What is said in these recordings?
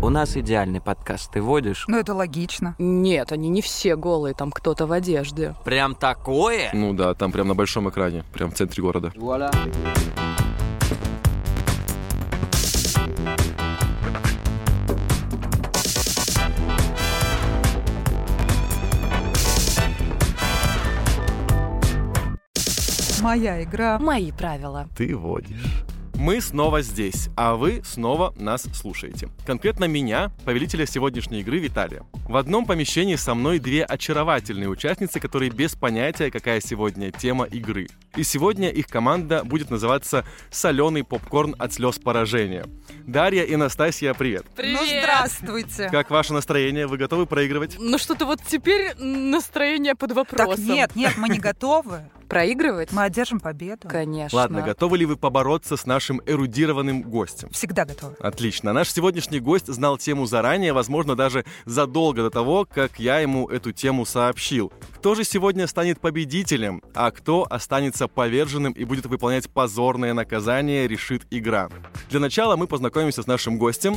У нас идеальный подкаст. Ты водишь? Ну, это логично. Нет, они не все голые, там кто-то в одежде. Прям такое? Ну да, там прям на большом экране, прям в центре города. Моя игра. Ну, Мои правила. Ты водишь. Мы снова здесь, а вы снова нас слушаете. Конкретно меня, повелителя сегодняшней игры Виталия. В одном помещении со мной две очаровательные участницы, которые без понятия, какая сегодня тема игры. И сегодня их команда будет называться «Соленый попкорн от слез поражения». Дарья и Настасья, привет! Ну, здравствуйте. Как ваше настроение? Вы готовы проигрывать? Ну что-то вот теперь настроение под вопросом. Так нет, нет, мы не готовы. Проигрывать? Мы одержим победу. Конечно. Ладно, готовы ли вы побороться с нашим эрудированным гостем? Всегда готовы. Отлично. Наш сегодняшний гость знал тему заранее, возможно, даже задолго до того, как я ему эту тему сообщил. Кто же сегодня станет победителем, а кто останется поверженным и будет выполнять позорное наказание, решит игра. Для начала мы познакомимся с нашим гостем.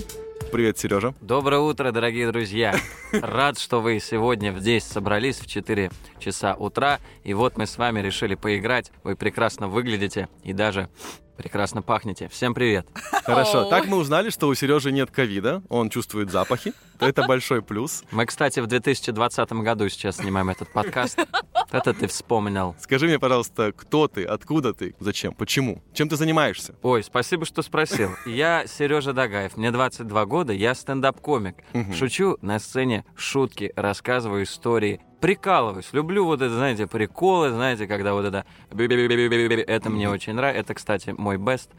Привет, Сережа. Доброе утро, дорогие друзья. Рад, что вы сегодня здесь собрались в 4 часа утра. И вот мы с вами решили поиграть. Вы прекрасно выглядите и даже прекрасно пахнете. Всем привет. Хорошо. Оу. Так мы узнали, что у Сережи нет ковида, он чувствует запахи. Это большой плюс. Мы, кстати, в 2020 году сейчас снимаем этот подкаст. Вот Это ты вспомнил. Скажи мне, пожалуйста, кто ты, откуда ты, зачем, почему, чем ты занимаешься? Ой, спасибо, что спросил. Я Сережа Дагаев, мне 22 года, я стендап-комик. Мгм. Шучу на сцене шутки, рассказываю истории, прикалываюсь. Люблю вот это, знаете, приколы, знаете, когда вот это... бе-бе-бе-бе-бе-бе-бе. Это мне очень нравится. Это, кстати, мой бест.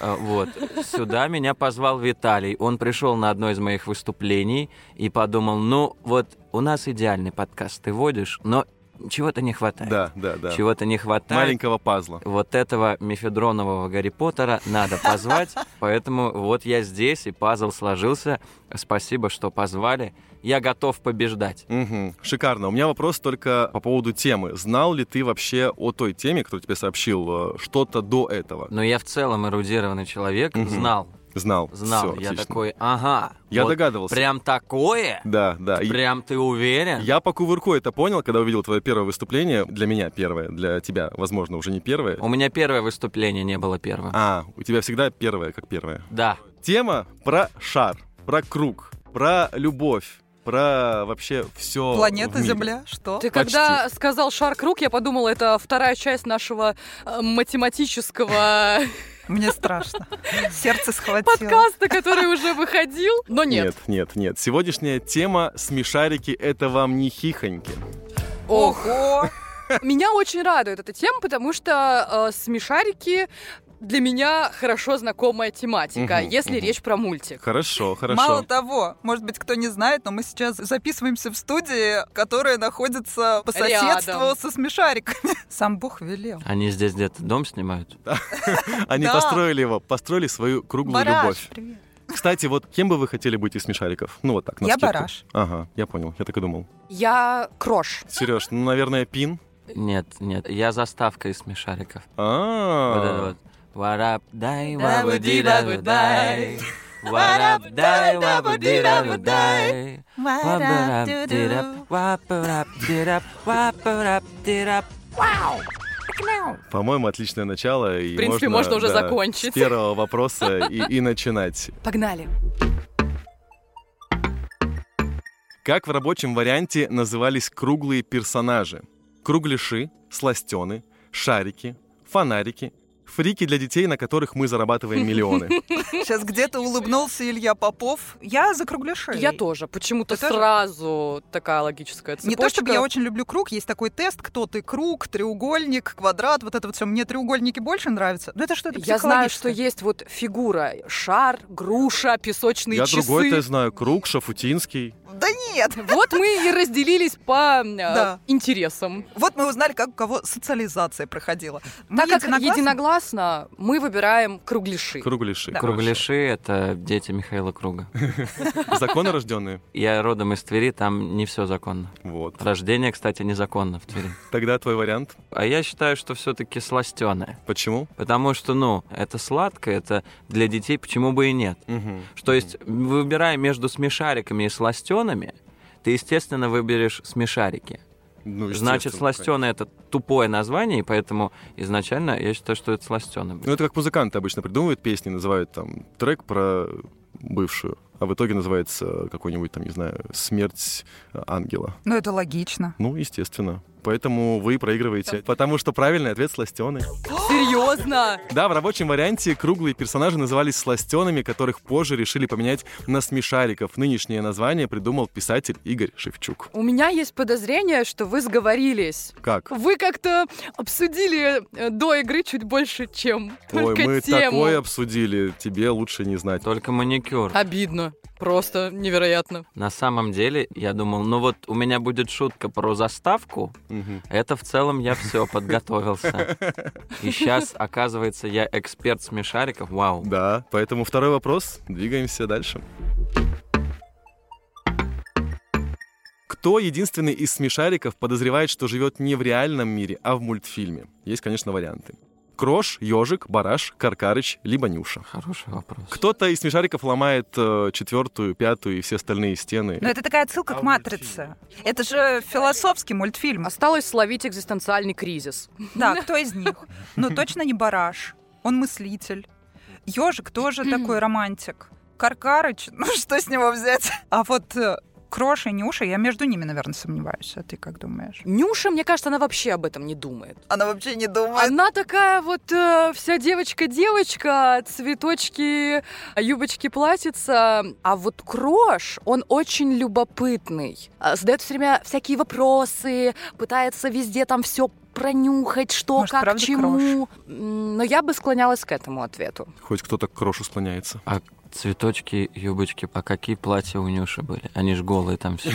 Э, Вот. Сюда меня позвал Виталий. Он пришел на одно из моих выступлений и подумал, ну вот у нас идеальный подкаст, ты водишь, но чего-то не хватает. Да, да, да. Чего-то не хватает Маленького пазла. вот этого мефедронового Гарри Поттера надо позвать. Поэтому вот я здесь, и пазл сложился. Спасибо, что позвали. Я готов побеждать. Мгм. Шикарно. У меня вопрос только по поводу темы. Знал ли ты вообще о той теме, которую тебе сообщил, э, что-то до этого? Но я в целом эрудированный человек. Мгм. Знал, Знал. знал. Всё, я отлично. такой, ага. Я вот догадывался. Прям такое? Да, да. И Прям ты уверен? Я по кувырку это понял, когда увидел твое первое выступление. Для меня первое, для тебя, возможно, уже не первое. У меня первое выступление не было первым. А, у тебя всегда первое, как первое. Да. Тема про шар, про круг, про любовь, про вообще все. Планета Земля, что? Ты Почти. когда сказал шар круг, я подумала, это вторая часть нашего э, математического Мне страшно. Сердце схватило. подкаста, который уже выходил. Но нет. Нет, нет, нет. Сегодняшняя тема смешарики это вам не хихоньки. Ох, Ого! меня очень радует эта тема, потому что э, смешарики для меня хорошо знакомая тематика, Мгм, если мгм. речь про мультик. Хорошо, хорошо. Мало того, может быть, кто не знает, но мы сейчас записываемся в студии, которая находится по соседству Рядом. со смешариками. Сам Бог велел. Они здесь где-то дом снимают? Они Да. построили его, построили свою круглую Бараш, любовь. привет. Кстати, вот кем бы вы хотели быть из смешариков? Ну вот так, на Я вскидку. бараш. Ага, я понял, я так и думал. Я крош. Сереж, ну, наверное, пин. Нет, нет. Я заставка из смешариков. Вот это А, вот. Варабдай, Да, вабуди, буди, да, да, будай. будай. Варабдай, Варабдай, да, вабуди, буди, да, да, будай. Вабарабдирап, вапарабдирап, вапарабдирап. по-моему, отличное начало. И В принципе, можно уже да, закончить. С первого вопроса и, и начинать. Погнали. Как в рабочем варианте назывались круглые персонажи? Кругляши, сластены, шарики, фонарики, фрики для детей, на которых мы зарабатываем миллионы. Сейчас где-то улыбнулся Илья Попов. Я за кругляшей. Я тоже. Почему-то Ты тоже? сразу такая логическая цепочка. Не то чтобы я очень люблю круг, есть такой тест, кто ты, круг, треугольник, квадрат, вот это вот все. Мне треугольники больше нравятся. Ну это что, это Я знаю, что психологическое. есть вот фигура, шар, груша, песочные Я Ну часы. другой-то знаю. Круг, Шафутинский. Да нет! Вот мы и разделились по э, Да. интересам. Вот мы узнали, как у кого социализация проходила. Мы Так как единогласны? единогласно мы выбираем кругляши. Круглиши. Кругляши — это дети Михаила Круга. Законы рожденные. Я родом из Твери, там не все законно. Вот. Рождение, кстати, незаконно в Твери. Тогда твой вариант. А я считаю, что все-таки сластеное. Почему? Потому что, ну, это сладко, это для детей почему бы и нет. Мгм. Что есть, выбирая между смешариками и сластенами, ты, естественно, выберешь смешарики. Ну, естественно, Значит, сластены это тупое название, и поэтому изначально я считаю, что это сластены. Ну, это как музыканты обычно придумывают песни, называют там трек про бывшую, а в итоге называется какой-нибудь там, не знаю, «Смерть ангела». Ну, это логично. Ну, естественно. Поэтому вы проигрываете, потому что правильный ответ сластены. Серьезно? Да, в рабочем варианте круглые персонажи назывались сластенами, которых позже решили поменять на смешариков. Нынешнее название придумал писатель Игорь Шевчук. У меня есть подозрение, что вы сговорились. Как? Вы как-то обсудили э, до игры чуть больше, чем только Ой, мы тему. такое обсудили, тебе лучше не знать. Только маникюр. Обидно. Просто невероятно. На самом деле, я думал, ну вот у меня будет шутка про заставку. Мгм. Это в целом я все подготовился. И сейчас, оказывается, я эксперт смешариков. Вау. Да, поэтому второй вопрос. Двигаемся дальше. Кто единственный из смешариков подозревает, что живет не в реальном мире, а в мультфильме? Есть, конечно, варианты. Крош, ежик, бараш, каркарыч, либо Нюша. Хороший вопрос. Кто-то из смешариков ломает э, четвертую, пятую и все остальные стены. Но это такая отсылка к «Матрице». Это же философский мультфильм. Осталось словить экзистенциальный кризис. Да, кто из них? Ну, точно не Бараш. Он мыслитель. Ежик тоже такой романтик. Каркарыч, ну что с него взять? А вот э, Крош и Нюша, я между ними, наверное, сомневаюсь. А ты как думаешь? Нюша, мне кажется, она вообще об этом не думает. Она вообще не думает. Она такая вот э, вся девочка-девочка, цветочки, юбочки, платьица. А вот Крош, он очень любопытный. А, Задает все время всякие вопросы, пытается везде там все пронюхать, что, Может, как, к правда чему. М, Но я бы склонялась к этому ответу. Хоть кто-то к крошу склоняется. А цветочки, юбочки, а какие платья у Нюши были? Они же голые там все.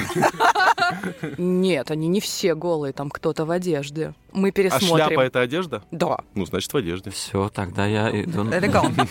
Нет, они не все голые, там кто-то в одежде. Мы А пересмотрим. шляпа это одежда? Да. Ну, значит, в одежде. Все, тогда я иду. на- Элегантно.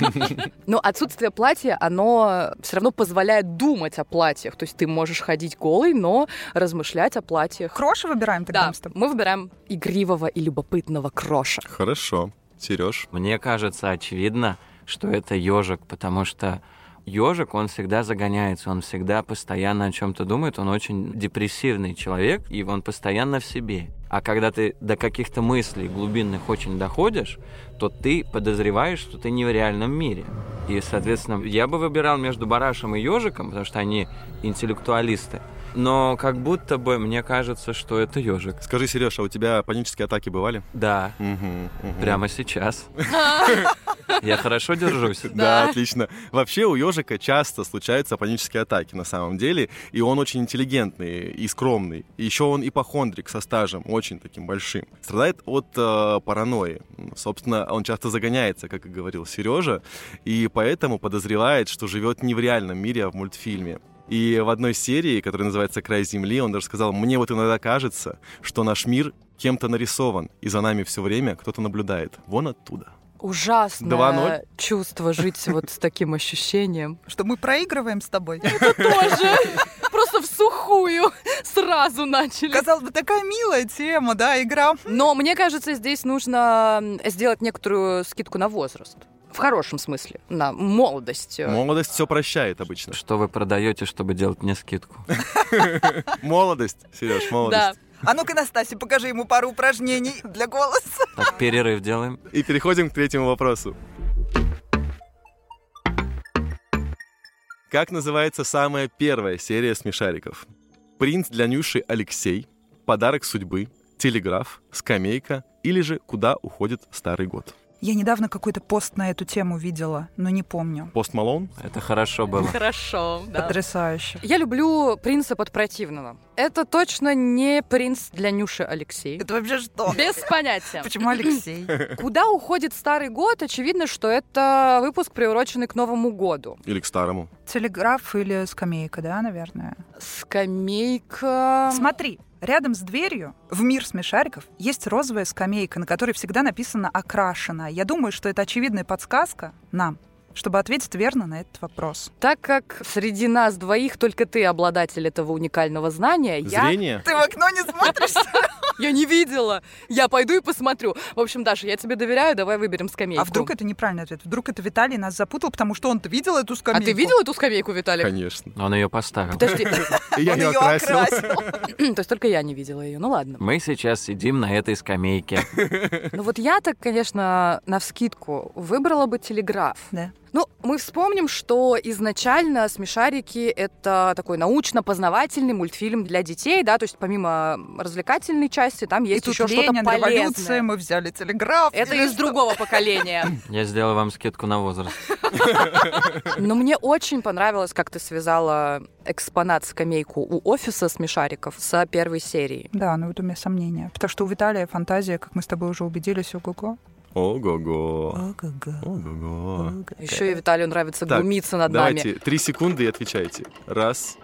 Но отсутствие платья, оно все равно позволяет думать о платьях. То есть ты можешь ходить голый, но размышлять о платьях. Кроша выбираем тогда Да, мы с тобой. мы выбираем игривого и любопытного кроша. Хорошо. Сереж. Мне кажется, очевидно, что это ежик, потому что ежик, он всегда загоняется, он всегда постоянно о чем-то думает, он очень депрессивный человек, и он постоянно в себе. А когда ты до каких-то мыслей глубинных очень доходишь, то ты подозреваешь, что ты не в реальном мире. И, соответственно, я бы выбирал между барашем и ежиком, потому что они интеллектуалисты. Но как будто бы мне кажется, что это ежик. Скажи, Сереж, а у тебя панические атаки бывали? Да, Угу, прямо сейчас. Я хорошо держусь. Да, Да. отлично. Вообще у ежика часто случаются панические атаки на самом деле, и он очень интеллигентный и скромный. И еще он ипохондрик со стажем, очень таким большим. Страдает от э, паранойи. Собственно, он часто загоняется, как и говорил Сережа, и поэтому подозревает, что живет не в реальном мире, а в мультфильме. И в одной серии, которая называется «Край земли», он даже сказал, мне вот иногда кажется, что наш мир кем-то нарисован, и за нами все время кто-то наблюдает. Вон оттуда. Два ноль. Ужасное чувство жить вот с таким ощущением. Что мы проигрываем с тобой. Тоже просто в сухую сразу начали. Казалось бы, такая милая тема, да, игра. Но мне кажется, здесь нужно м, сделать некоторую скидку на возраст. В хорошем смысле, на молодость. Молодость все прощает обычно. Что вы продаете, чтобы делать мне скидку? Молодость, Сереж, Да. молодость. А ну-ка, Настасья, покажи ему пару упражнений для голоса. Так, перерыв делаем. И переходим к третьему вопросу. Как называется самая первая серия смешариков? Принц для Нюши Алексей, подарок судьбы, телеграф, скамейка или же куда уходит старый год? Я недавно какой-то пост на эту тему видела, но не помню. Пост Малон? Это хорошо было. Хорошо, да. Потрясающе. Я люблю принцип от противного. Это точно не принц для Нюши Алексей. Это вообще что? Без понятия. Почему Алексей? Куда уходит старый год? Очевидно, что это выпуск, приуроченный к Новому году. Или к старому? Телеграф или скамейка, да, наверное? Скамейка... Смотри, рядом с дверью в мир смешариков есть розовая скамейка, на которой всегда написано «окрашена». Я думаю, что это очевидная подсказка нам, чтобы ответить верно на этот вопрос. Так как среди нас двоих только ты обладатель этого уникального знания, я... Зрение? Ты в окно не смотришь? я не видела. Я пойду и посмотрю. В общем, Даша, я тебе доверяю, давай выберем скамейку. А вдруг это неправильный ответ? Вдруг это Виталий нас запутал, потому что он-то видел эту А скамейку? ты видел эту скамейку, Виталик? Конечно. Он ее поставил. Подожди. И Я Он её ее окрасил. окрасил. То есть только я не видела ее. Ну ладно. Мы сейчас сидим на этой скамейке. Ну вот я так, конечно, на вскидку выбрала бы телеграф. Да. Ну, мы вспомним, что изначально «Смешарики» — это такой научно-познавательный мультфильм для детей, да, то есть помимо развлекательной части там И есть тут еще что-то Ленин, революция, полезное. мы взяли телеграф. Это Или из что? другого поколения. Я сделаю вам скидку на возраст. Но мне очень понравилось, как ты связала экспонат скамейку у офиса смешариков с первой серии. Да, ну вот у меня сомнения. Потому что у Виталия фантазия, как мы с тобой уже убедились, ого-го. Ого-го. Ого-го. Ого-го. Еще и Виталию нравится Так, глумиться над нами. Давайте, три секунды и отвечайте. Раз,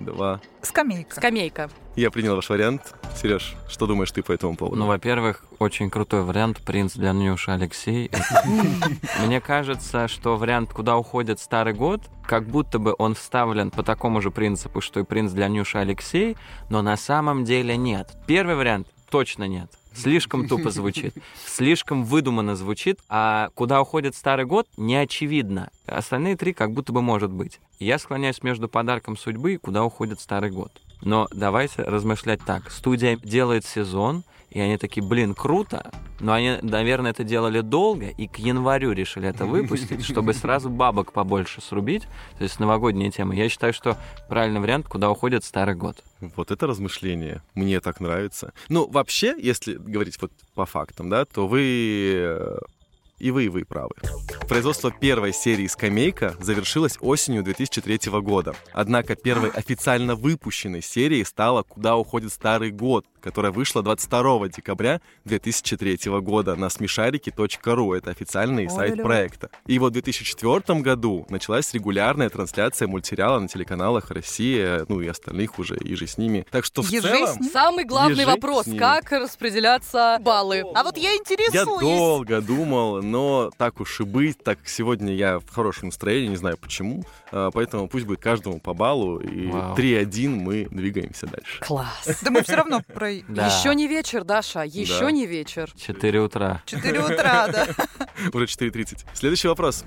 два. Скамейка. Скамейка. Я принял ваш вариант. Сереж, что думаешь ты по этому поводу? Ну, во-первых, очень крутой вариант «Принц для Нюши Алексей». Мне кажется, что вариант «Куда уходит старый год», как будто бы он вставлен по такому же принципу, что и «Принц для Нюши Алексей», но на самом деле нет. Первый вариант точно нет. Слишком тупо звучит, слишком выдуманно звучит, а куда уходит старый год, не очевидно. Остальные три как будто бы может быть. Я склоняюсь между подарком судьбы и куда уходит старый год. Но давайте размышлять так. Студия делает сезон, и они такие, блин, круто. Но они, наверное, это делали долго, и к январю решили это выпустить, чтобы сразу бабок побольше срубить. То есть новогодние темы. Я считаю, что правильный вариант, куда уходит старый год. Вот это размышление. Мне так нравится. Ну, вообще, если говорить вот по фактам, да, то вы э, и вы, и вы правы. Производство первой серии «Скамейка» завершилось осенью 2003 года. Однако первой официально выпущенной серией стала «Куда уходит старый год», которая вышла 22 декабря 2003 года на смешарики.ру. Это официальный сайт Ой-лю. проекта. И вот в 2004 году началась регулярная трансляция мультсериала на телеканалах «Россия», ну и остальных уже, и же с ними. Так что в Еже целом... с ними? Самый главный Лежи вопрос, с ними. как распределяться баллы. А вот я Я интересуюсь. долго думал, но так уж и быть, так как сегодня я в хорошем настроении, не знаю почему, а, поэтому пусть будет каждому по баллу, и Вау. 3-1 мы двигаемся дальше. Класс. Да мы все равно про Да. Еще не вечер, Даша, еще Да. не вечер. 4 утра. 4 утра, да. Уже 4.30. Следующий вопрос.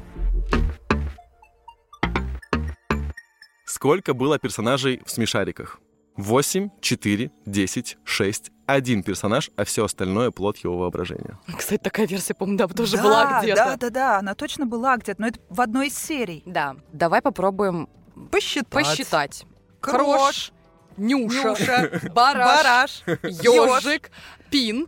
Сколько было персонажей в смешариках? 8, 4, 10, 6, один персонаж, а все остальное плод его воображения. Кстати, такая версия, по-моему, да, тоже Да, была где-то. Да, да, да, она точно была где-то, но это в одной из серий. Да, давай попробуем Посчитать. посчитать. Крош, Крош, Нюша, Нюша, бараш, Бараш, Ёжик, Пин,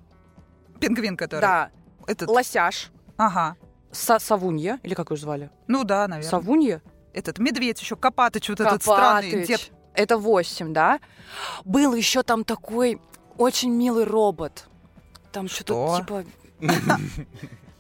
пингвин, который. да, Этот. Лосяш, Ага. Са- Савунья, или как ее звали? Ну да, наверное. Савунья? Этот медведь еще, Копатыч, вот этот странный Копатыч. дед. Это восемь, да? Был еще там такой очень милый робот. Там что-то Что? типа...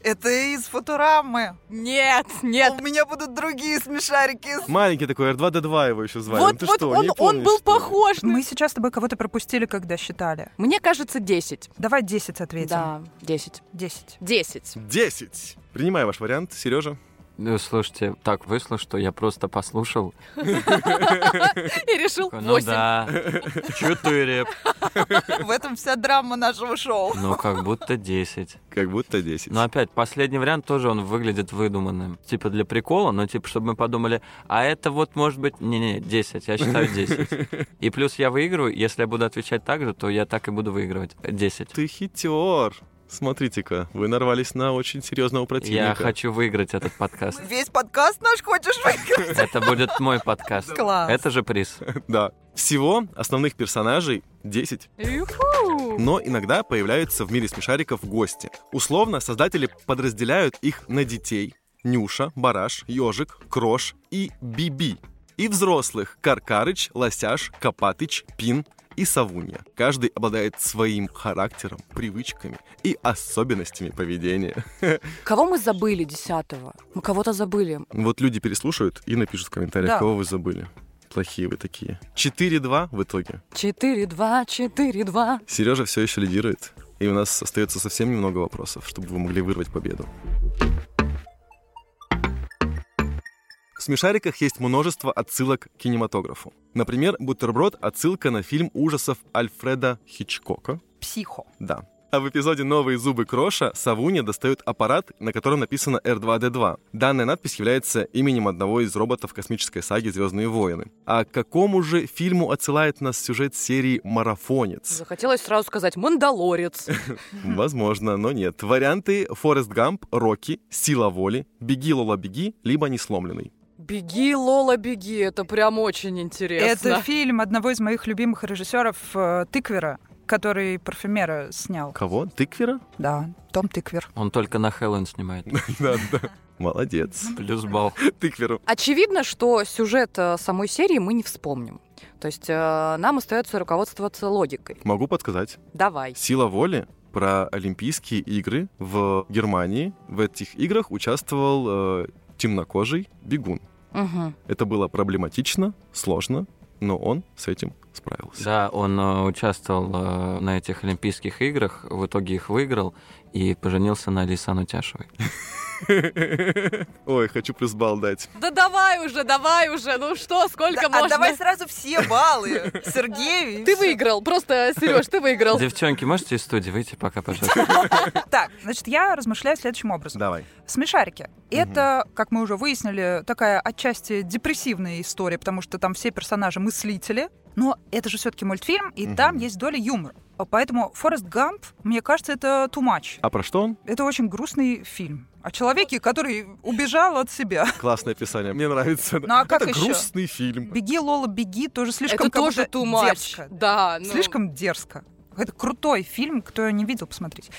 Это из Футурамы. Нет, нет, У меня будут другие смешарики. Маленький такой, R2-D2 его еще звали. Ну Вот, ты вот что, он, не он помнишь, был что ли? похож на... Мы сейчас с тобой кого-то пропустили, когда считали. Мне кажется, 10. Давай 10 ответим. Да, 10. 10. 10. 10. Принимаю ваш вариант, Сережа. Ну, слушайте, так вышло, что я просто послушал. И решил Ну 8. да, 4. В этом вся драма нашего шоу. Ну, как будто 10. Как будто 10. Но опять, последний вариант тоже он выглядит выдуманным. Типа для прикола, но типа, чтобы мы подумали, а это вот может быть... Не-не, 10, я считаю 10. И плюс я выиграю, если я буду отвечать так же, то я так и буду выигрывать. 10. Ты хитер. Смотрите-ка, вы нарвались на очень серьезного противника. Я хочу выиграть этот подкаст. Весь подкаст наш хочешь выиграть? Это будет мой подкаст. Класс. Это же приз. Да. Всего основных персонажей 10. Юху! Но иногда появляются в мире смешариков гости. Условно, создатели подразделяют их на детей. Нюша, Бараш, Ежик, Крош и Биби. И взрослых – Каркарыч, Лосяш, Копатыч, Пин и Савунья. Каждый обладает своим характером, привычками и особенностями поведения. Кого мы забыли десятого? Мы кого-то забыли. Вот люди переслушают и напишут в комментариях, Да. кого вы забыли. Плохие вы такие. 4-2 в итоге. 4-2, 4-2. Сережа все еще лидирует. И у нас остается совсем немного вопросов, чтобы вы могли вырвать победу. В «Смешариках» есть множество отсылок к кинематографу. Например, «Бутерброд» — отсылка на фильм ужасов Альфреда Хичкока. Психо. Да. А в эпизоде «Новые зубы Кроша» Савуня достает аппарат, на котором написано R2-D2. Данная надпись является именем одного из роботов космической саги «Звездные войны». А к какому же фильму отсылает нас сюжет серии «Марафонец»? Захотелось сразу сказать «Мандалорец». Возможно, но нет. Варианты Форест Гамп, Рокки, Сила воли, Беги, Лола, беги, либо Несломленный. «Беги, Лола, беги». Это прям очень Это интересно. фильм одного из моих любимых режиссеров э, Тыквера, который парфюмера снял. Кого? Тыквера? Да, Том Тыквер. Он только на Хэллоуин снимает. Да, да. Молодец. Плюс балл. Тыкверу. Очевидно, что сюжет э, самой серии мы не вспомним. То есть э, нам остается руководствоваться логикой. Могу подсказать. Давай. Сила воли про Олимпийские игры в Германии. В этих играх участвовал э, темнокожий бегун. Мгм. Это было проблематично, сложно, но он с этим справился. Да, он э, участвовал э, на этих Олимпийских играх, в итоге их выиграл и поженился на Алисан Утяшевой. Ой, хочу плюс балл дать. Да давай уже, давай уже. Ну что, сколько можно? а сразу все баллы, Сергей. Ты выиграл. Просто, Сереж, ты выиграл. Девчонки, можете из студии выйти пока, пожалуйста? Так, значит, я размышляю следующим образом. Давай. Смешарики. Это, как мы уже выяснили, такая отчасти депрессивная история, потому что там все персонажи мыслители. Но это же все-таки мультфильм, и Мгм. там есть доля юмора. Поэтому Форест Гамп, мне кажется, это too much. А про что он? Это очень грустный фильм о человеке, который убежал от себя. Классное описание. Мне нравится. Ну, а как Это еще? грустный фильм. Беги, Лола, беги, тоже слишком Это как тоже будто too much. дерзко. Да, ну, Слишком дерзко. Это крутой фильм, кто не видел, посмотрите.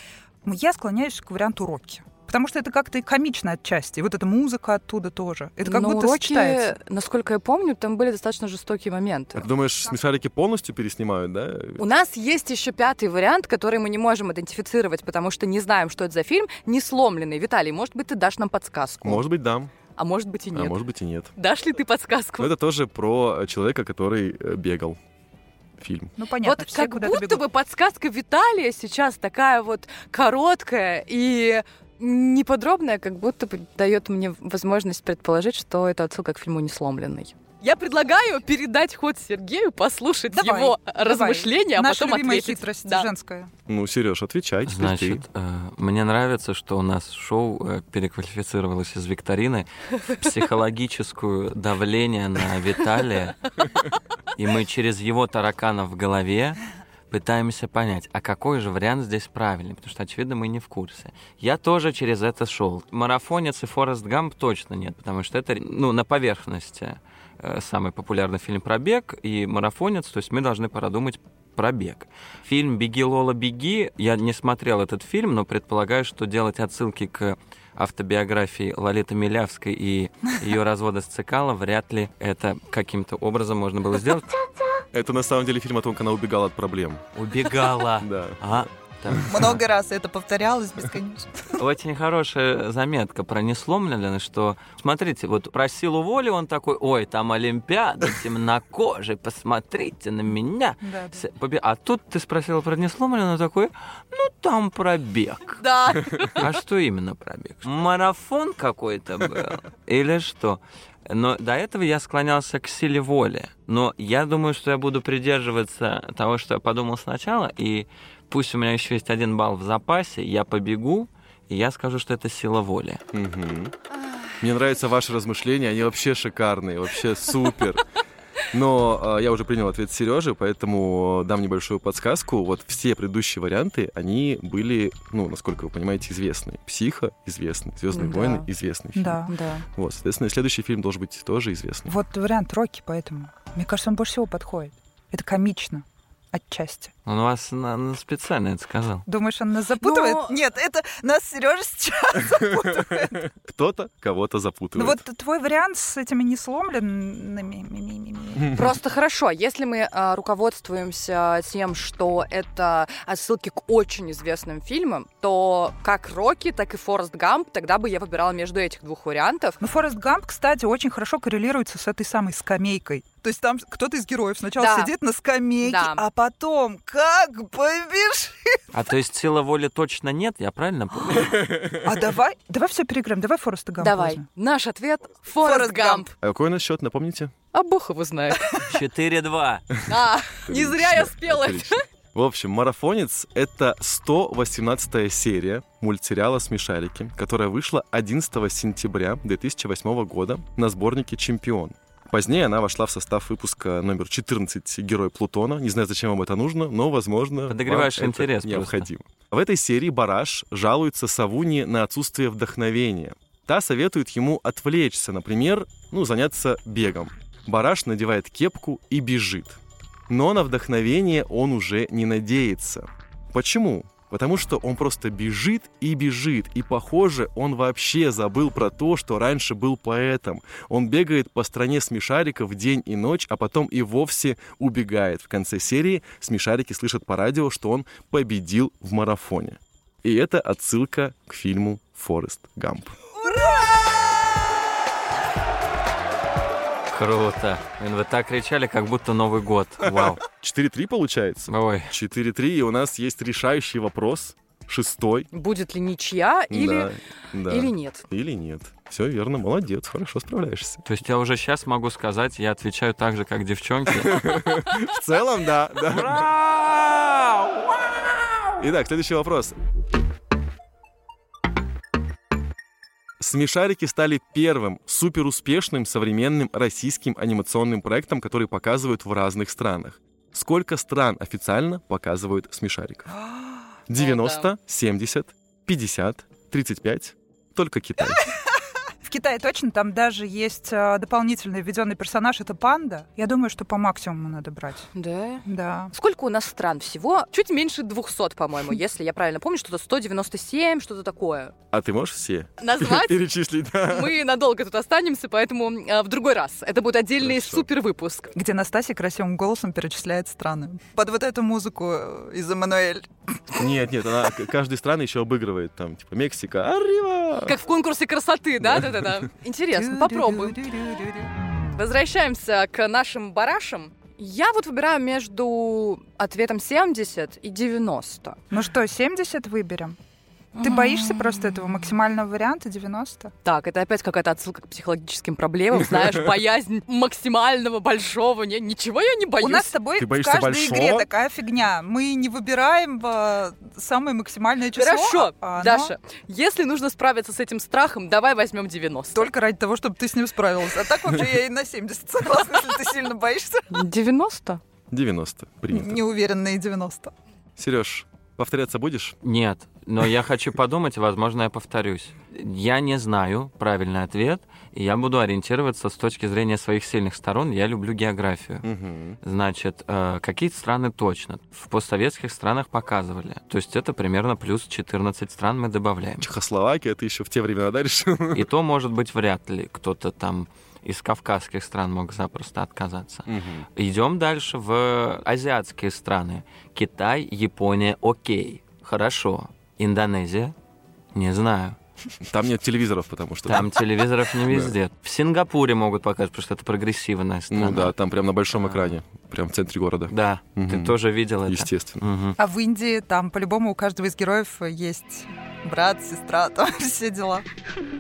Но Я склоняюсь к варианту Рокки. Потому что это как-то и комично отчасти. И Вот эта музыка оттуда тоже. Это как Но будто уроки, сочетается. насколько я помню, там были достаточно жестокие моменты. А ты думаешь, смешарики полностью переснимают, да? У нас есть еще пятый вариант, который мы не можем идентифицировать, потому что не знаем, что это за фильм. Не сломленный. Виталий, может быть, ты дашь нам подсказку? Может быть, да. А может быть и А нет. может быть и нет. Дашь ли ты подсказку? Но это тоже про э, человека, который э, бегал. Фильм. Ну, понятно, вот все как куда-то будто бегут. бы подсказка Виталия сейчас такая вот короткая и неподробная, как будто бы дает мне возможность предположить, что это отсылка к фильму «Несломленный». Я предлагаю передать ход Сергею, послушать Давай, его Давай. размышления, а Наша потом любимая ответить. хитрость Да. женская. Ну, Сереж, отвечай, теперь Значит, э, мне нравится, что у нас шоу э, переквалифицировалось из викторины в психологическую давление на Виталия, и мы через его таракана в голове пытаемся понять, а какой же вариант здесь правильный, потому что, очевидно, мы не в курсе. Я тоже через это шел. Марафонец и Форест Гамп точно нет, потому что это, ну, на поверхности э, самый популярный фильм про бег и марафонец, то есть мы должны продумать про бег. Фильм «Беги, Лола, беги». Я не смотрел этот фильм, но предполагаю, что делать отсылки к автобиографии Лолиты Милявской и ее развода с Цикало вряд ли это каким-то образом можно было сделать. ты. Это на самом деле фильм о том, как она убегала от проблем. Убегала. Да. А, так. Много раз это повторялось бесконечно. Очень хорошая заметка про несломленное, что, смотрите, вот про силу воли он такой, ой, там Олимпиада, темнокожий, посмотрите на меня. Да, да. С- побе- А тут ты спросила про несломленное, такой, ну там пробег. Да. А что именно пробег? Марафон какой-то был? Или что? Но до этого я склонялся к силе воли. Но я думаю, что я буду придерживаться того, что я подумал сначала, и пусть у меня еще есть один балл в запасе, я побегу, и я скажу, что это сила воли. Мгм. Мне нравятся ваши размышления, они вообще шикарные, вообще супер. Но э, я уже принял ответ Сережи, поэтому э, дам небольшую подсказку. Вот все предыдущие варианты, они были, ну, насколько вы понимаете, известны. Психо известный, Звездные Да. войны известный фильм. Да. Да. Вот, соответственно, и следующий фильм должен быть тоже известный. Вот вариант Рокки, поэтому. Мне кажется, он больше всего подходит. Это комично. отчасти. Он вас на- на специально это сказал. Думаешь, он нас запутывает? Ну, Нет, это нас Сережа сейчас. Кто-то кого-то Ну запутывает. вот твой вариант с этими несломленными... ми- ми- ми- ми. Просто хорошо, если мы а, руководствуемся тем, что это отсылки к очень известным фильмам, то как Рокки, так и Форест Гамп, тогда бы я выбирала между этих двух вариантов. Ну, Форест Гамп, кстати, очень хорошо коррелируется с этой самой скамейкой. То есть там кто-то из героев сначала Да. сидит на скамейке, Да. а потом как побежит. А то есть сила воли точно нет, я правильно понял? А давай, давай все переиграем, давай Фореста Гампа. Давай. возьмем. Наш ответ — Форест Форест Гамп. Гамп. А какой у нас счет, напомните? А бог его знает. 4-2. Да, А, не зря я спела. это. Отлично. В общем, «Марафонец» — это 118 серия мультсериала «Смешарики», которая вышла 11 сентября 2008 года на сборнике «Чемпион». Позднее она вошла в состав выпуска номер 14 «Герой Плутона». Не знаю, зачем вам это нужно, но, возможно, вам Подогреваешь это интерес просто. необходимо. В этой серии Бараш жалуется Савуни на отсутствие вдохновения. Та советует ему отвлечься, например, ну, заняться бегом. Бараш надевает кепку и бежит. Но на вдохновение он уже не надеется. Почему? Потому что он просто бежит и бежит, и, похоже, он вообще забыл про то, что раньше был поэтом. Он бегает по стране смешариков день и ночь, а потом и вовсе убегает. В конце серии смешарики слышат по радио, что он победил в марафоне. И это отсылка к фильму «Форест Гамп». Круто. Блин, Вы так кричали, как будто Новый год. Вау. 4-3 получается? Ой. 4-3, и у нас есть решающий вопрос, шестой. Будет ли ничья или... Да, да. Или нет. Или нет. Все верно, молодец, хорошо справляешься. То есть я уже сейчас могу сказать, я отвечаю так же, как девчонки. В целом, да. да. Ура! Итак, следующий вопрос. Смешарики стали первым суперуспешным современным российским анимационным проектом, который показывают в разных странах. Сколько стран официально показывают смешариков? 90, 70, 50, 35. Только Китай. В Китае точно, там даже есть э, дополнительный введенный персонаж, это панда. Я думаю, что по максимуму надо брать. Да. Да. Сколько у нас стран всего? Чуть меньше 200, по-моему, если я правильно помню, что-то 197, что-то такое. А ты можешь все Назвать перечислить? Да. мы надолго тут останемся, поэтому э, в другой раз. Это будет отдельный Хорошо. супер выпуск. Где Настасья красивым голосом перечисляет страны. Под вот эту музыку э, из Эммануэль. Нет, нет, она к- каждой страны еще обыгрывает там, типа Мексика, арива! Как в конкурсе красоты, да? Да, да, да. Интересно, попробуем. Возвращаемся к нашим барашам. Я вот выбираю между ответом 70 и 90. Ну что, 70 выберем? Ты боишься просто этого максимального варианта 90? Так, это опять какая-то отсылка к психологическим проблемам, знаешь, боязнь максимального большого. Не, ничего я не боюсь. У нас с тобой Ты в боишься каждой большого? игре такая фигня. Мы не выбираем э, самое максимальное число. Хорошо, а оно Даша, если нужно справиться с этим страхом, давай возьмем 90. Только ради того, чтобы ты с ним справилась. А так вообще я и на 70 согласна, если ты сильно боишься. 90? 90. Принято. Неуверенные 90. Сереж, повторяться будешь? Нет, но я хочу подумать, возможно, я повторюсь. Я не знаю правильный ответ, и я буду ориентироваться с точки зрения своих сильных сторон. Я люблю географию. Значит, э, какие страны точно? В постсоветских странах показывали. То есть это примерно плюс 14 стран мы добавляем. Чехословакия, ты еще в те времена даришь. Мгм. И то, может быть, вряд ли кто-то там из кавказских стран мог запросто отказаться. Идем дальше в азиатские страны. Китай, Япония, окей. Хорошо. Индонезия? Не знаю. Там нет телевизоров, потому что... Там телевизоров не везде. В Сингапуре могут показать, потому что это прогрессивная страна. Ну да, Ну, там прям на большом А. экране, прям в центре города. Да, ты Мгм. тоже видел это. Естественно. Мгм. А в Индии там по-любому у каждого из героев есть Брат, сестра, там все дела.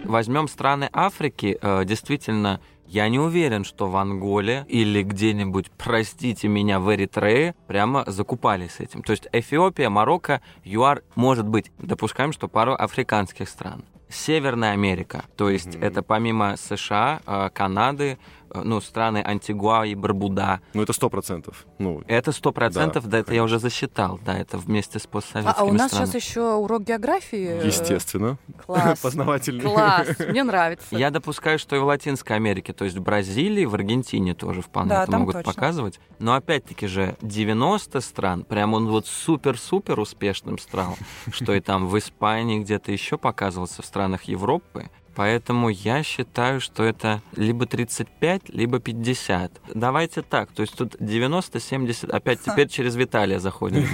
Возьмем страны Африки. э, Действительно, я не уверен, что в Анголе или где-нибудь, простите меня, в Эритрее прямо закупались этим. То есть Эфиопия, Марокко, ЮАР, может быть, допускаем, что пару африканских стран. Северная Америка, то есть Мгм. это помимо США, э, Канады, э, э, ну, страны Антигуа и Барбуда. Ну, это сто процентов. Ну, Это сто процентов, Да, да, это я уже засчитал, да, это вместе с А, постсоветскими а у нас странами. сейчас еще урок географии. э, естественно. Класс. Познавательный. Класс. Мне нравится. Я допускаю, что и в Латинской Америке, то есть в Бразилии, в Аргентине тоже вполне Да, это там могут точно. показывать. Но опять-таки же 90 стран, прям он вот супер-супер успешным стал, что и там в Испании где-то еще показывался, в странах Европы. Поэтому я считаю, что это либо 35, либо 50. Давайте так, то есть тут 90, 70, опять теперь через Виталия заходим.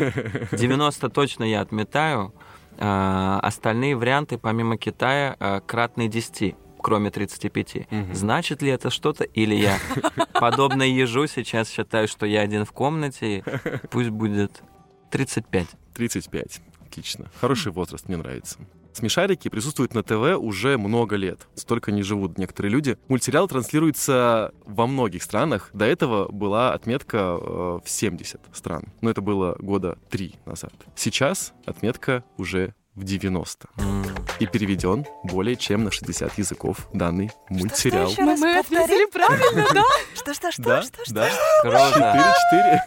90 точно я отметаю. Э, Остальные варианты, помимо Китая, э, кратные 10, кроме 35. Мгм. Значит ли это что-то? Или я, подобно ежу, сейчас считаю, что я один в комнате, и пусть будет 35. 35. Отлично. Хм. Хороший возраст, мне нравится. Смешарики присутствуют на ТВ уже много лет. Столько не живут некоторые люди. Мультсериал транслируется во многих странах. До этого была отметка э, в 70 стран. Но это было года 3 назад. Сейчас отметка уже в 90. М. И переведен более чем на 60 языков данный мультсериал. еще раз Ну, Мы ответили повтори. правильно, да? Что, что, что, Да, что, что? да, Круто.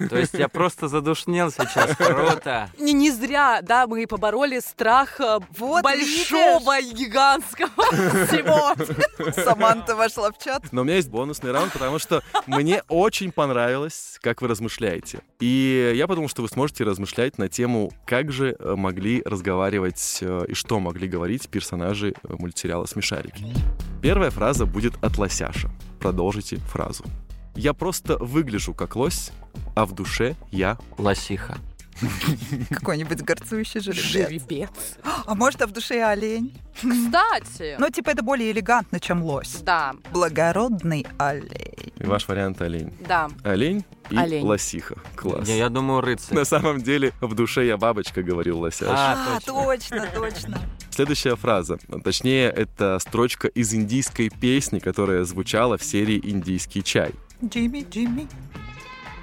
4-4. То есть я просто задушнил сейчас. Круто. Не, не зря, да, мы побороли страх э, Вот большого гигантского всего. Саманта вошла в чат. Но у меня есть бонусный раунд, потому что мне очень понравилось, как вы размышляете. И я подумал, что вы сможете размышлять на тему, как же э, могли разговаривать э, и что могли говорить персонажи э, мультсериала «Смешарики». Первая фраза будет от Лосяша. Продолжите фразу. Я просто выгляжу как лось, а в душе я... Лосиха. Какой-нибудь горцующий жеребец. Жеребец. А может, а в душе и олень? Кстати, Ну, типа, это более элегантно, чем лось. да, Благородный олень. И ваш вариант олень. да. Олень и Олень. лосиха. Класс. Я, я думаю, рыцарь. На самом деле, в душе я бабочка, говорил лосяш. А, точно. точно, точно. Следующая фраза, точнее, это строчка из индийской песни, которая звучала в серии «Индийский чай». Джимми, Джимми.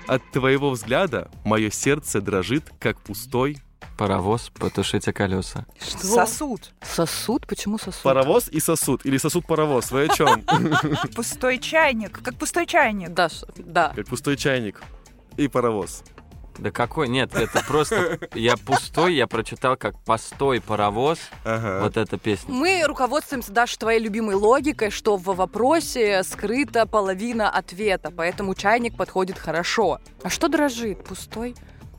От твоего взгляда мое сердце дрожит, как пустой Паровоз, потушите колеса. Сосуд. Сосуд? Почему сосуд? паровоз и сосуд. Или сосуд-паровоз, вы о чем? Пустой чайник. Как пустой чайник. Да, ш- да. Как пустой чайник и паровоз. Да какой? Нет, это просто... Я пустой, я прочитал как «Постой, паровоз». Ага. Вот эта песня. Мы руководствуемся, Даша, твоей любимой логикой, что в вопросе скрыта половина ответа, поэтому чайник подходит хорошо. А что дрожит? Пустой?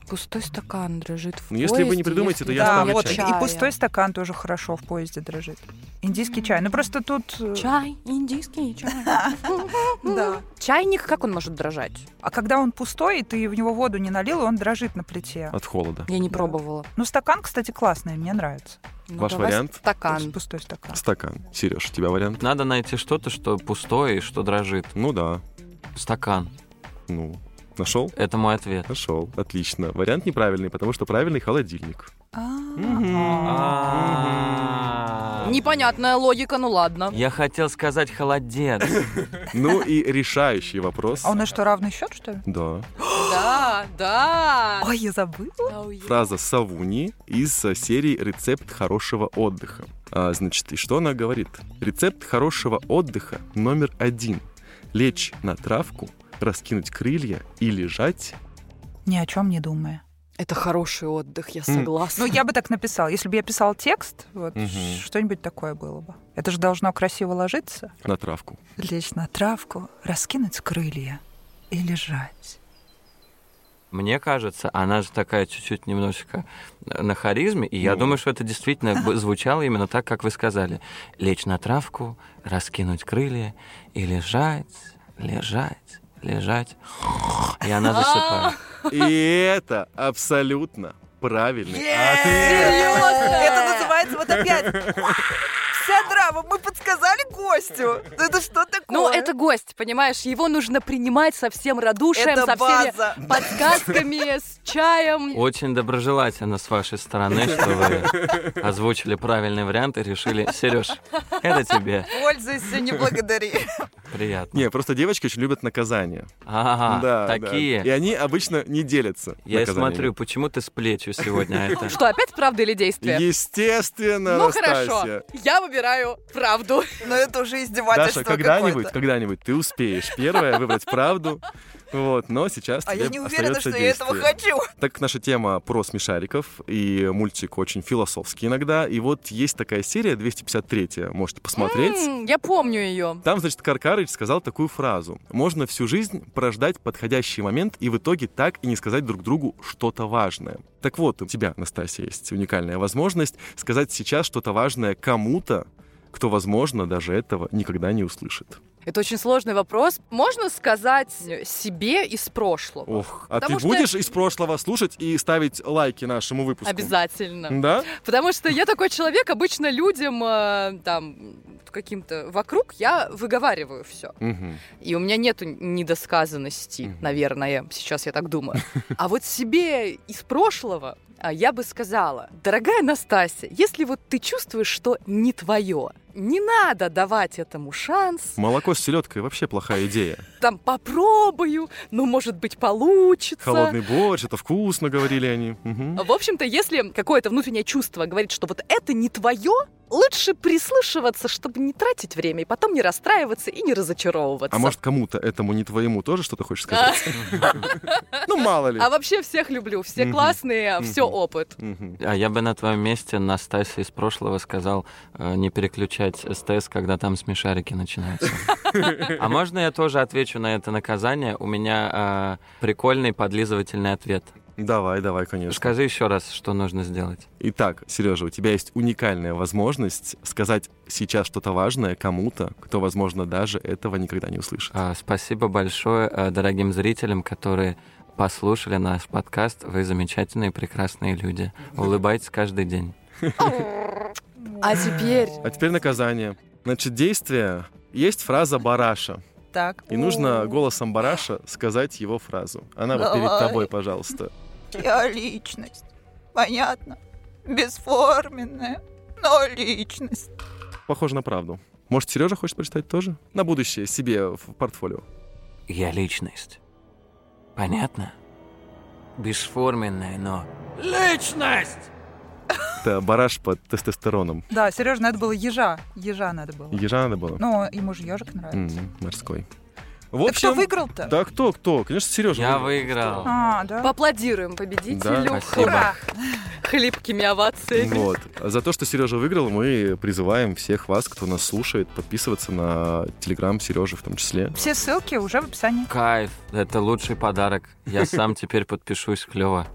Пустой стакан дрожит в Ну, если вы не поезде, придумаете, если то я Да, ставлю нет вот. чай. И чая. пустой стакан тоже хорошо в поезде дрожит. Индийский чай. Ну, просто тут... э, Чай, индийский чай. Да. Чайник, как он может дрожать? А когда он пустой, и ты в него воду не налил, он дрожит на плите. От холода. Я не Да. пробовала. Ну, стакан, кстати, классный, мне нравится. Ну, Ваш давай вариант? Стакан. Пустой стакан. Стакан. Сереж, у тебя вариант? Надо найти что-то, что пустое и что дрожит. Ну да. Стакан. Ну, нашел? Это мой ответ. Нашел. Отлично. Вариант неправильный, потому что правильный холодильник. А. А. Непонятная логика, ну ладно. А. Я хотел сказать холодец. Ну и решающий вопрос. А у нас что, равный счет, что ли? Да. Да, да. Ой, я забыла. фраза Савуни из э, серии «Рецепт хорошего отдыха». А, значит, и что она говорит? Рецепт хорошего отдыха номер один. Лечь на травку, раскинуть крылья и лежать. Ни о чем не думая. Это хороший отдых, я М. Ну, согласна. я бы так написала. Если бы я писал текст, вот Мгм. что-нибудь такое было бы. Это же должно красиво ложиться. На травку. Лечь на травку, раскинуть крылья и лежать. Мне кажется, она же такая чуть-чуть немножечко на харизме, и я Ну. думаю, что это действительно бы звучало именно так, как вы сказали. Лечь на травку, раскинуть крылья и лежать, лежать, лежать. И она засыпает. И это абсолютно правильный э, ответ. Серьезно? Серьезно? Это называется вот опять. Вся драма. Мы подсказали Костю. Ну, Это что такое? Ну, это гость, понимаешь, его нужно принимать со всем радушием, Это со всеми база. подсказками, с чаем. Очень доброжелательно с вашей стороны, что вы озвучили правильный вариант и решили, Сереж, это тебе Пользуйся, не благодари. приятно. Не, просто девочки очень любят наказания. Ага, да, да. А, такие. И они обычно не делятся. Я и наказаниями. смотрю, почему ты с плетью сегодня а это? Что, опять правда или действие? Естественно, Ну Настасья. хорошо, я выбираю правду. Но это уже Даша, издевательство когда-нибудь, какое-то. когда-нибудь ты успеешь первое выбрать правду. Вот, но сейчас А тебе я не уверена, остается что я действие. этого хочу. Так как наша тема про смешариков, и мультик очень философский иногда, и вот есть такая серия, 253 можете посмотреть. М, Я помню ее. Там, значит, Каркарыч сказал такую фразу. Можно всю жизнь прождать подходящий момент и в итоге так и не сказать друг другу что-то важное. Так вот, у тебя, Настасья, есть уникальная возможность сказать сейчас что-то важное кому-то, кто, возможно, даже этого никогда не услышит. Это очень сложный вопрос. Можно сказать себе из прошлого? Ох, а Потому ты что- будешь из прошлого слушать и ставить лайки нашему выпуску? Обязательно. Да? Потому что я такой человек, обычно людям э, там каким-то вокруг я выговариваю все. Мгм. И у меня нету недосказанности, Мгм. наверное, сейчас я так думаю. А вот себе из прошлого а, я бы сказала, дорогая Настасья, если вот ты чувствуешь, что не твое, не надо давать этому шанс, Молоко с селедкой вообще плохая идея. там попробую, ну, может быть, получится. Холодный борщ, это вкусно, говорили они. Мгм. В общем-то, если какое-то внутреннее чувство говорит, что вот это не твое, лучше прислушиваться, чтобы не тратить время и потом не расстраиваться и не разочаровываться. А может, кому-то этому не твоему тоже что-то хочешь сказать? Ну, мало ли. А вообще всех люблю, все Мгм. классные, все Мгм. опыт. Мгм. А я бы на твоем месте Настасья из прошлого сказал э, не переключать СТС, когда там смешарики начинаются. А можно я тоже отвечу на это наказание? У меня э, прикольный подлизывательный ответ. Давай, давай, конечно. Скажи еще раз, что нужно сделать. Итак, Сережа, у тебя есть уникальная возможность сказать сейчас что-то важное кому-то, кто, возможно, даже этого никогда не услышит. А, Спасибо большое э, дорогим зрителям, которые послушали наш подкаст. Вы замечательные, прекрасные люди. Улыбайтесь каждый день. А теперь А теперь наказание. Значит, действие. Есть фраза бараша. Так. И нужно голосом бараша сказать его фразу. Она вот перед Давай. тобой, пожалуйста. Я личность. Понятно. Бесформенная, но личность. Похоже на правду. Может, Сережа хочет прочитать тоже? На будущее, себе в портфолио. Я личность. Понятно? Бесформенная, но... Личность! Это бараш под тестостероном. Да, Сереж, надо было ежа. Ежа надо было. Ежа надо было. Ну, ему же ежик нравится. М, Морской. Так В А кто общем... выиграл-то? Да кто, кто? Конечно, Сережа. Я выиграл. А, да. поаплодируем победителю. Да, спасибо. Ура! Хлипкими овациями. Вот. А За то, что Сережа выиграл, мы призываем всех вас, кто нас слушает, подписываться на телеграм Сережи в том числе. Все ссылки уже в описании. Кайф. Это лучший подарок. Я сам теперь подпишусь клево.